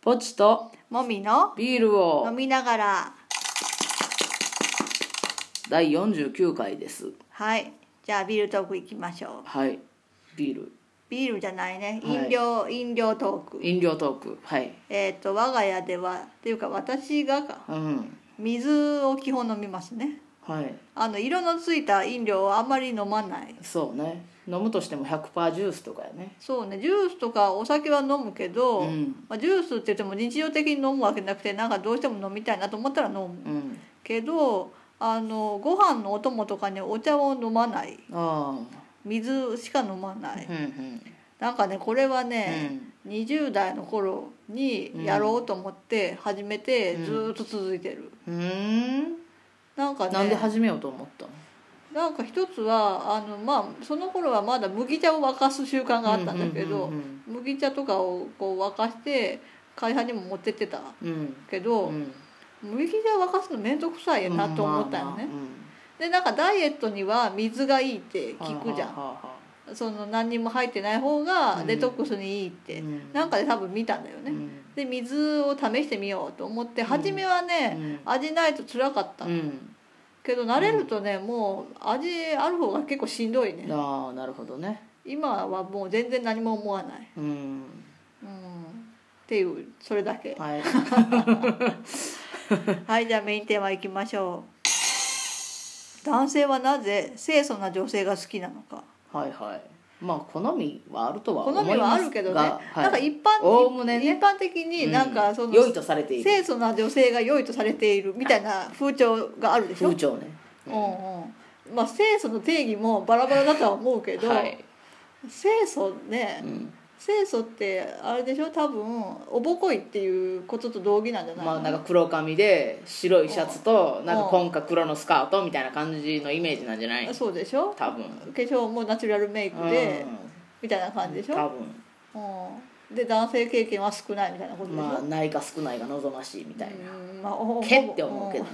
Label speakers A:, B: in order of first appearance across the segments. A: ポチと
B: もみの
A: ビールを
B: 飲みながら
A: 第49回です
B: はいじゃあビールトークいきましょう
A: はいビール
B: ビールじゃないね
A: はい
B: 飲料、飲料トーク
A: 飲料トークはい
B: えっ、と我が家ではっていうか私がか
A: うん
B: 水を基本飲みますね
A: はい
B: あの色のついた飲料をあんまり飲まない
A: そうね飲むとしても100%ジュースとかやね
B: そうねジュースとかお酒は飲むけど、
A: うん
B: まあ、ジュースって言っても日常的に飲むわけじゃなくてなんかどうしても飲みたいなと思ったら飲む
A: うん
B: けどあのご飯のお供とかにお茶を飲まない
A: あ
B: 水しか飲まな
A: あ
B: い
A: うんうん
B: なんかねこれは
A: う
B: ね、
A: ん
B: 20代の頃にやろうと思って始めて
A: うん
B: ずーっと続いてる、
A: うーん
B: なんかね
A: なんで始めようと思ったの
B: なんか一つはあのまあその頃はまだ麦茶を沸かす習慣があったんだけど、
A: うんうん
B: 麦茶とかをこう沸かして会社にも持ってってた
A: うん
B: け
A: う
B: ど、
A: ん
B: 麦茶沸かすの面倒くさいなと思ったよね、
A: うん
B: でなんかダイエットには水がいいって聞くじゃん、
A: はあはあはあ
B: その何にも入ってない方がデトックスにいいって、
A: うん
B: なんかで多分見たんだよね、
A: うん
B: で水を試してみようと思って初めはね、
A: う
B: 味ないと辛かった、
A: ん
B: けど慣れるとねもう味ある方が結構しんどいね
A: ああなるほどね
B: 今はもう全然何も思わない、
A: うん
B: うん、っていうそれだけ
A: はい
B: はいじゃあメインテーマいきましょう男性はなぜ清楚な女性が好きなのか
A: はいはいまあ好みはあるとは
B: 好
A: 思います
B: み
A: が
B: はあるけどね、
A: はい
B: なんか一般
A: おおむねね
B: 一般的になんかその、
A: 良いとされている
B: 清楚な女性が良いとされているみたいな風潮があるでしょ、う
A: 風潮ね
B: んうんまあ清楚の定義もバラバラだとは思うけど、
A: はい
B: 清楚ね
A: うん
B: 清楚ってあれでしょ多分おぼこいっていうことと同義なんじゃない
A: まあなんか黒髪で白いシャツと
B: ん
A: なんか紺か黒のスカートみたいな感じのイメージなんじゃない
B: そうでしょ
A: 多分
B: 化粧もナチュラルメイクで、みたいな感じでし
A: うん多
B: ょ、
A: 分
B: うん、で男性経験は少ないみたいなことでしょ、
A: まあないか少ないが望ましいみたいな
B: うんまあほぼ
A: けって思うけどね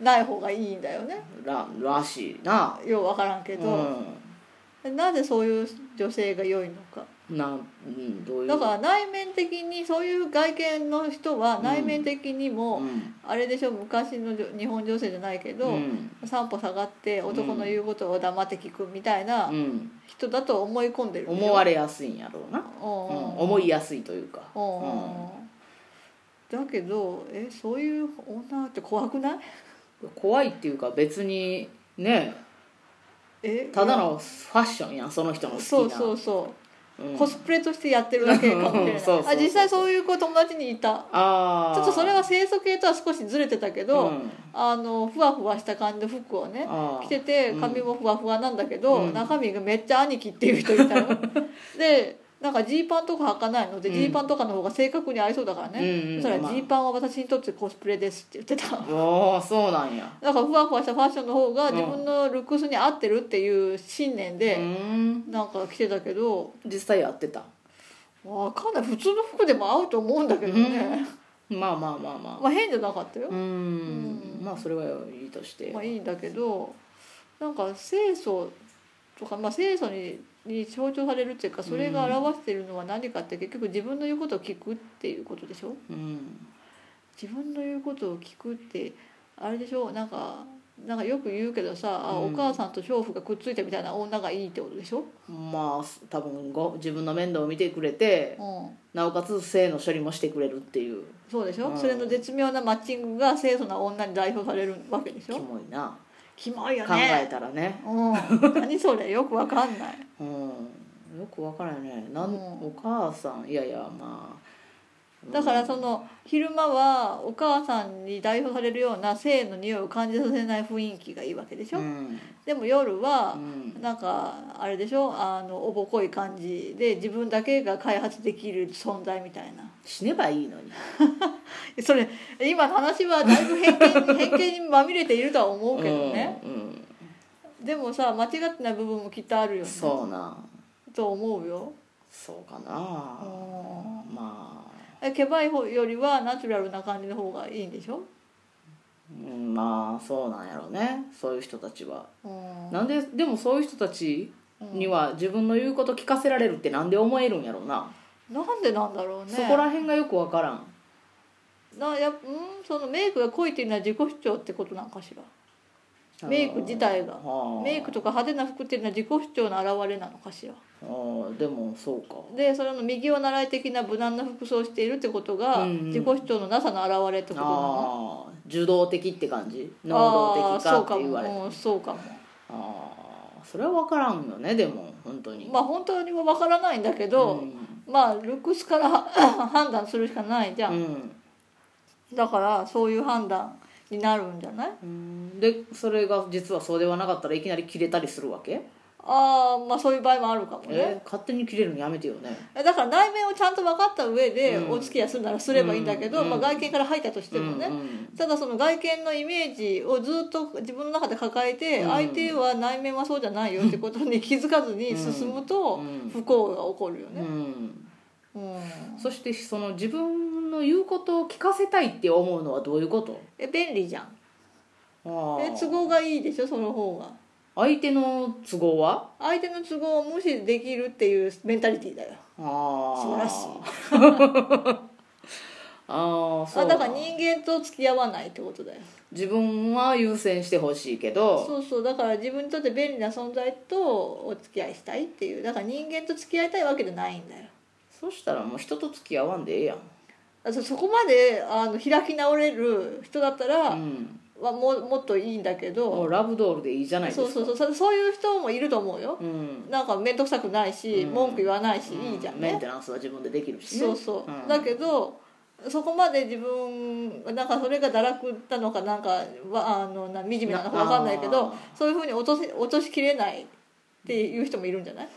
B: うんない方がいいんだよね
A: ららしいな
B: ようわからんけど、なぜそういう女性が良いのか
A: うんなうんどういう
B: だから内面的にそういう外見の人は
A: ん
B: 内面的にも、
A: うん
B: あれでしょ昔の女日本女性じゃないけど、
A: うん
B: 散歩下がって男の言うことを黙って聞くみたいな
A: うん
B: 人だと思い込んでる
A: 思わ
B: れ
A: れやすいんやろうな、うん
B: 思
A: 思いやすいというか、う
B: だけどえそういう女って怖くない
A: ん怖いっていうか別にね
B: え
A: ただのファッションやんその人の好きな
B: そうそうそう
A: うん、
B: コスプレとしてやってるだけかもしれな
A: う
B: い
A: んそうそうそう
B: あ実際そういう子友達にいた
A: ああ
B: ちょっとそれは清楚系とは少しずれてたけど、
A: うん
B: あのふわふわした感じの服をね
A: あー
B: 着てて
A: うん
B: 髪もふわふわなんだけど、
A: うん
B: 中身がめっちゃ兄貴っていう人い たよでなんかジーパンとか履かないので
A: うん
B: ジー、パンとかの方が正確に合いそうだからね、
A: うんうん
B: そしたら
A: まあ
B: ジーパンは私にとってコスプレですって言ってた
A: ああそうなんや
B: なんかふわふわしたファッションの方が
A: うん
B: 自分のルックスに合ってるっていう信念
A: う
B: で、
A: ん
B: なんか着てたけど
A: 実際やってた
B: わかんない普通の服でも合うと思うんだけどね、
A: まあまあまあまあ
B: まあ変じゃなかったよ、
A: うん
B: うん
A: まあそれはいいとして、
B: まあいいんだけどなんか清楚とか、まあ、清楚にに象徴されるっていうかそれが表しているのは何かって結局自分の言うことを聞くっていうことでしょ
A: うん
B: 自分の言うことを聞くってあれでしょなんかなんかよく言うけどさ、あ
A: う
B: お
A: ん
B: 母さんと娼婦がくっついたみたいな女がいいってことでしょ、
A: まあ多分ご自分の面倒を見てくれて
B: うん、
A: なおかつ性の処理もしてくれるっていう
B: そうでしょ、
A: うん
B: それの絶妙なマッチングが清楚な女に代表されるわけでし
A: キ
B: ょ
A: モいな
B: キモいよね
A: 考えたらね
B: うん、何それよくわかんない
A: うん、よくわからんねなん、
B: うん
A: お母さんいやいやまあ
B: だからそ
A: の
B: の昼間はお母さんに代表されるような性の匂いを感じさせない雰囲気がいいわけでしょ、
A: うん
B: でも夜
A: う
B: は
A: ん
B: なんかあれでしょあのおぼこい感じで自分だけが開発できる存在みたいな
A: 死ねばいいのに
B: それ今の話はだいぶ偏見偏見にまみれているとは思うけどね、
A: うんうん
B: でもさ間違ってない部分もきっとあるよね
A: そうな
B: と思うよ
A: そうかなまあ
B: えケバい方よりはナチュラルな感じの方がいいんでしょ、
A: うんまあそうなんやろうねそういう人たちは、
B: うん
A: なんででもそういう人たちには自分の言うこと聞かせられるってなんで思えるんやろうな
B: なんでなんだろうね
A: そこら辺がよくわからん
B: なやうんそのメイクが濃いっていうのは自己主張ってことなんかしらメイク自体が
A: はあ
B: メイクとか派手な服っていうのは自己主張の表れなのかしら
A: ああでもそうか
B: でそれの右を習い的な無難な服装をしているってことが
A: うんうん
B: 自己主張のなさの表れってことなの、
A: ああ受動的って感じ
B: あ
A: 能動
B: ー
A: 的
B: そ
A: かっ
B: う
A: て言われて
B: も、うん、そうかも
A: ああそれは分からんよねでも本当に
B: まあ本当にもわからないんだけど、
A: うん
B: まあルックスから 判断するしかないじゃん、
A: うん
B: だからそういう判断になるんじゃない
A: うんでそれが実はそうではなかったらいきなり切れたりするわけ
B: ああまあそういう場合もあるかも
A: え
B: ね、
A: 勝手に切れるのやめてよね
B: だから内面をちゃんと分かった上で
A: うん
B: お付き合いするならすればいいんだけど、
A: うん
B: まあ、外見から入ったとしてもね、
A: うんうん
B: ただその外見のイメージをずっと自分の中で抱えて
A: うん
B: 相手は内面はそうじゃないよってことに気づかずに進むと
A: うん
B: 不幸が起こるよ
A: う
B: ね。
A: ん
B: うん
A: そしてその自分の言うことを聞かせたいって思うのはどういうこと
B: え便利じゃん
A: ああ
B: え都合がいいでしょその方が
A: 相手の都合は
B: 相手の都合を無視できるっていうメンタリティーだよ
A: ああ
B: 素晴らしい
A: ああそう
B: あ
A: だ
B: だから人間と付き合わないってことだよ
A: 自分は優先してほしいけど
B: そうそうだから自分にとって便利な存在とお付き合いしたいっていうだから人間と付き合いたいわけじゃないんだよ
A: そしたらもう人と付き合わんでええやん
B: あそそこまであの開き直れる人だったら、
A: うん、
B: はももっといいんだけ
A: も
B: ど
A: うラブドールでいいじゃないです
B: そ
A: か
B: うそうそうそそういう人もいると思うよ、
A: うん
B: なんか面倒くさくないし、
A: うん
B: 文句言わないし、いいじゃ
A: うんんメン
B: ね、
A: テナンスは自分でできるしね
B: そうそう、
A: ん
B: だけどそこまで自分なんかそれが堕落なのかなんかはあのな惨めなのか分かんないけ
A: あ
B: ど
A: ー
B: そういうふうに落とせ落としきれないっていう人もいるんじゃない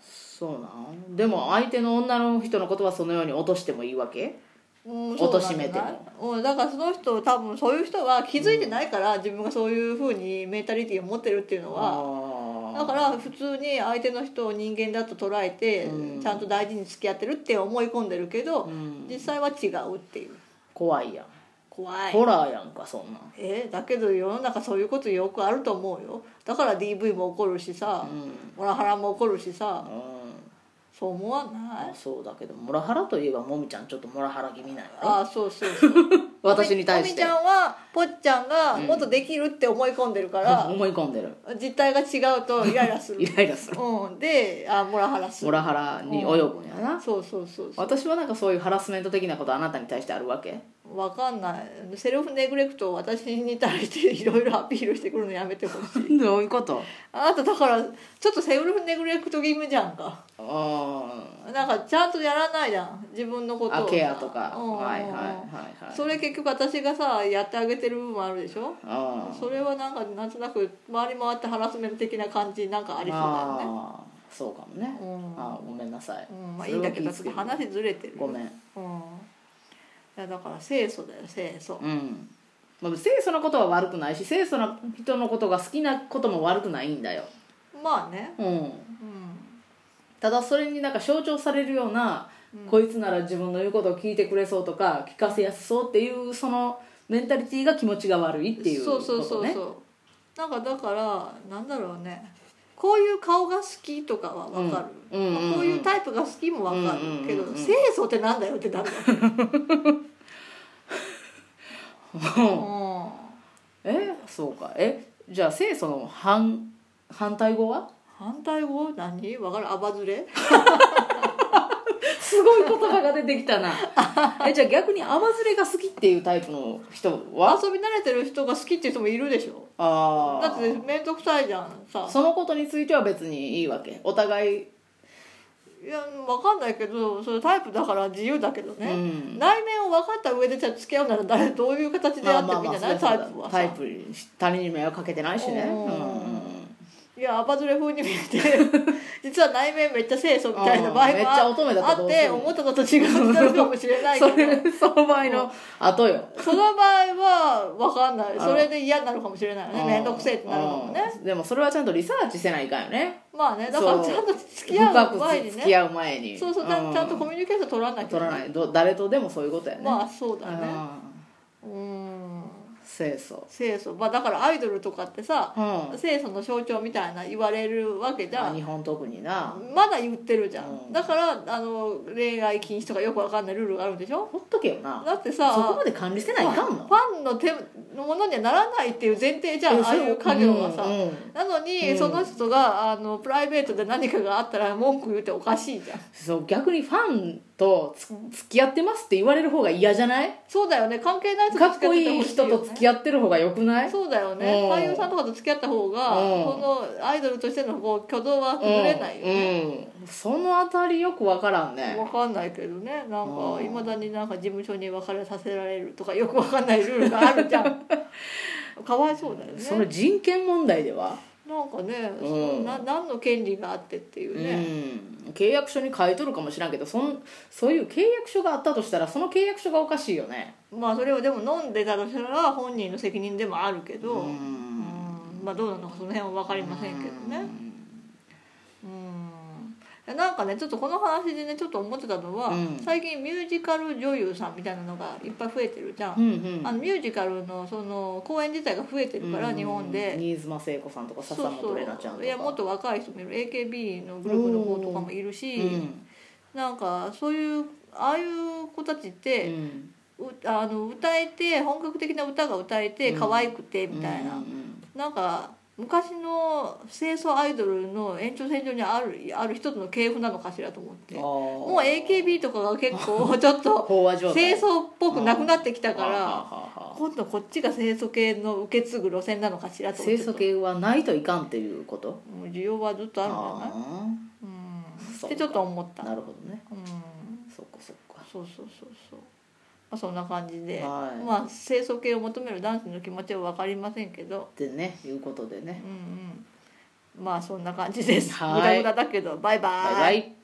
A: そうなんでも相手の女の人のことはそのように落としてもいいわけ
B: うん、
A: 貶めても
B: も、うん、だからその人多分そういう人は気づいてないから、自分がそういうふうにメンタリティーを持ってるっていうのは
A: あ
B: だから普通に相手の人を人間だと捉えて、
A: うん
B: ちゃんと大事に付き合ってるって思い込んでるけ
A: ら、
B: ど、
A: うん、
B: 実際は違うっていう
A: 怖いやん、
B: 怖い
A: ホラーやんかそんなん
B: えだけど世の中そういうことよくあると思うよだから DV も起こるしさ、
A: うん、
B: モラハラも起こるしさ
A: うん
B: そう思わない
A: そうだけどモラハラといえばもみちゃんちょっとモラハラ気味なんよね
B: ああそうそうそう
A: 私に対し
B: おみ
A: て
B: ちゃんはぽっちゃんがもっとできるって思い込んでるから、
A: 思い込んでる
B: 実態が違う とイライラする
A: イライラする
B: うんであモラハラす
A: モ
B: る
A: ラハラに及ぶんやな、
B: そうそうそうそう
A: 私はなんかそういうハラスメント的なことあなたに対してあるわけ
B: わかんないセルフネグレクトを私に対していろいろアピールしてくるのやめてほしい
A: どういうこと
B: あなただからちょっとセルフネグレクト気味じゃんか
A: あ
B: なんかちゃんとやらないじゃん自分のこと
A: あ
B: を
A: ケアとか
B: うんうんうん
A: はいはいはいはい
B: それ結局私がさやってあげてる部分あるでしょ
A: あー
B: それはなんかなんとなく回り回ってハラスメント的な感じなんかありそうだよね
A: あーそうかもね、
B: うん
A: あーごめんなさい、
B: うんまあ、い
A: そ
B: い
A: れは
B: んだけどちょっと
A: 気ぃつけ
B: 話ずれてる
A: るごめん
B: うんいやだから清楚だよ清楚
A: うんまあ清楚なことは悪くないし清楚な人のことが好きなことも悪くないんだよ、
B: まあね
A: うん、
B: うん
A: ただそれになんか象徴されるような、
B: うん
A: こいつなら自分の言うことを聞いてくれそうとか聞かせやすそうっていうそのメンタリティーが気持ちが悪いっていう
B: そ
A: こと、
B: う
A: ね、
B: そうそうそうなんかだからなんだろうねこういう顔が好きとかは分かる、
A: うんうんうんうん
B: こういうタイプが好きも分かるけど、
A: うんうんうんうん
B: 清楚ってなんだよってなる の、うん、
A: えそうかえじゃあ清楚の反反対語は
B: 反対語何分かるアバズレ
A: すごい言葉が出てきたなえじゃあ逆に泡ずれが好きっていうタイプの人は
B: 遊び慣れてる人が好きっていう人もいるでしょ
A: あ
B: だ
A: あ
B: って面倒くさいじゃんさ
A: そのことについては別にいいわけお互い、
B: いや分かんないけどそれタイプだから自由だけどね、
A: うん
B: 内面を分かった上でじゃあ付き合うなら誰どういう形で
A: ま
B: や
A: あ
B: って
A: まあ
B: もいい
A: まあ
B: んじゃない、
A: そりゃ
B: タイプ
A: そうだ
B: は
A: タイ
B: さ
A: プに他人に迷惑かけてないしね
B: うん
A: うんうん
B: いやアバズレ風に見えて 実は内面めっちゃ清楚みたいな場合
A: うんめっちゃ乙女だ
B: も
A: ったら
B: あ
A: ど
B: っ
A: うする
B: て思ったのと違う人かもしれないけ
A: そ
B: ど
A: れ その場合の後よ
B: その場合は分かんない
A: ん
B: それで嫌になるかもしれないよね面倒くせえってなるかもね
A: うんでもそれはちゃんとリサーチせないかんよね
B: まあねだから
A: そう
B: ちゃんと付き合う前
A: 深く
B: に
A: 付き
B: ね
A: 合う前に
B: そうそうちゃんちゃんとコミュニケーション取らなきゃ
A: 取らないど誰とでもそういうことやね
B: まあそうだね
A: うん
B: うん
A: 清楚
B: 清楚、まあ、だからアイドルとかってさ
A: うん
B: 清楚の象徴みたいな言われるわけじゃ
A: あ
B: ん
A: 日本特にな
B: まだ言ってるじゃん、
A: うん
B: だからあの恋愛禁止とかよくわかんないルールがあるんでしょ
A: ほっとけよな
B: だってさ
A: そこまで管理してないかんの
B: ファンの手のものにはならないっていう前提じゃんああいう家業がさ、
A: うんうん
B: なのに、
A: うん
B: その人があのプライベートで何かがあったら文句言うておかしいじゃん
A: そう逆にファンとつ付き合ってますって言われる方が嫌じゃない
B: そうだよね関係ない人
A: か
B: と
A: っ
B: 付き合
A: こ
B: って
A: いい
B: ほしい
A: 人
B: よね
A: と付き合ってる方がよくない
B: そうだよね、
A: うん
B: 俳優さんとかと付き合った方が、
A: うん
B: このアイドルとしてのこう挙動は崩れないよね、
A: うんうん、そのあたりよくわからんね
B: わかんないけどねなん
A: う
B: か
A: ん
B: いまだになんか事務所に別れさせられるとかよくわかんないルールがあるじ ゃんかわいそうだよ
A: その
B: ね
A: 人権問題では、
B: なんかね、
A: うん
B: そんな何の権利があってっていう
A: う
B: ね、
A: ん、契約書に書いとるかもしらんけどそんそういう契約書があったとしたらその契約書がおかしいよね
B: まあそれをでも飲んでたとしたら本人の責任でもあるけど、
A: う
B: うん
A: ん
B: まあどうなのかその辺は分かりませんけどねうんいやなんかねちょっとこの話でねちょっと思ってたのは、
A: うん
B: 最近ミュージカル女優さんみたいなのがいっぱい増えてるじゃん
A: う、んうん
B: あのミュージカルのその公演自体が増えてるから、日本で、
A: 新妻聖子さんとか笹本玲奈ちゃんとか
B: いやもっと若い人もいる AKB のグループの方とかもいるし、
A: うん
B: なんかそういうああいう子たちっ
A: う
B: て、
A: ん
B: うあの歌えて本格的な歌が歌えて
A: うん
B: 可愛くてみたいな、
A: うん
B: なんか昔の清楚アイドルの延長線上にあるある一つの系譜なのかしらと思って
A: うんあー
B: もう AKB とかが結構ちょっと
A: 飽 和状態
B: 清楚っぽくなくなってきたか
A: はあ
B: ら。
A: はあはあ
B: 今度こっちが清楚系の受け継ぐ路線なのかしらと思っ
A: 清
B: て
A: 楚系はないといかんっていうこと
B: もう需要はずっとあるんじゃない
A: あ
B: うん
A: そ
B: っ
A: うか
B: てちょっと思った
A: ーなるほどね
B: うん
A: そっかそっか
B: そうそうそうそうまあそんな感じで、
A: はい
B: まあ清楚系を求める男子の気持ちは分かりませんけど
A: ってねいうことで
B: う
A: ね
B: んうんまあそんな感じです
A: はい
B: 無駄無駄だけどバイバ
A: バイバイ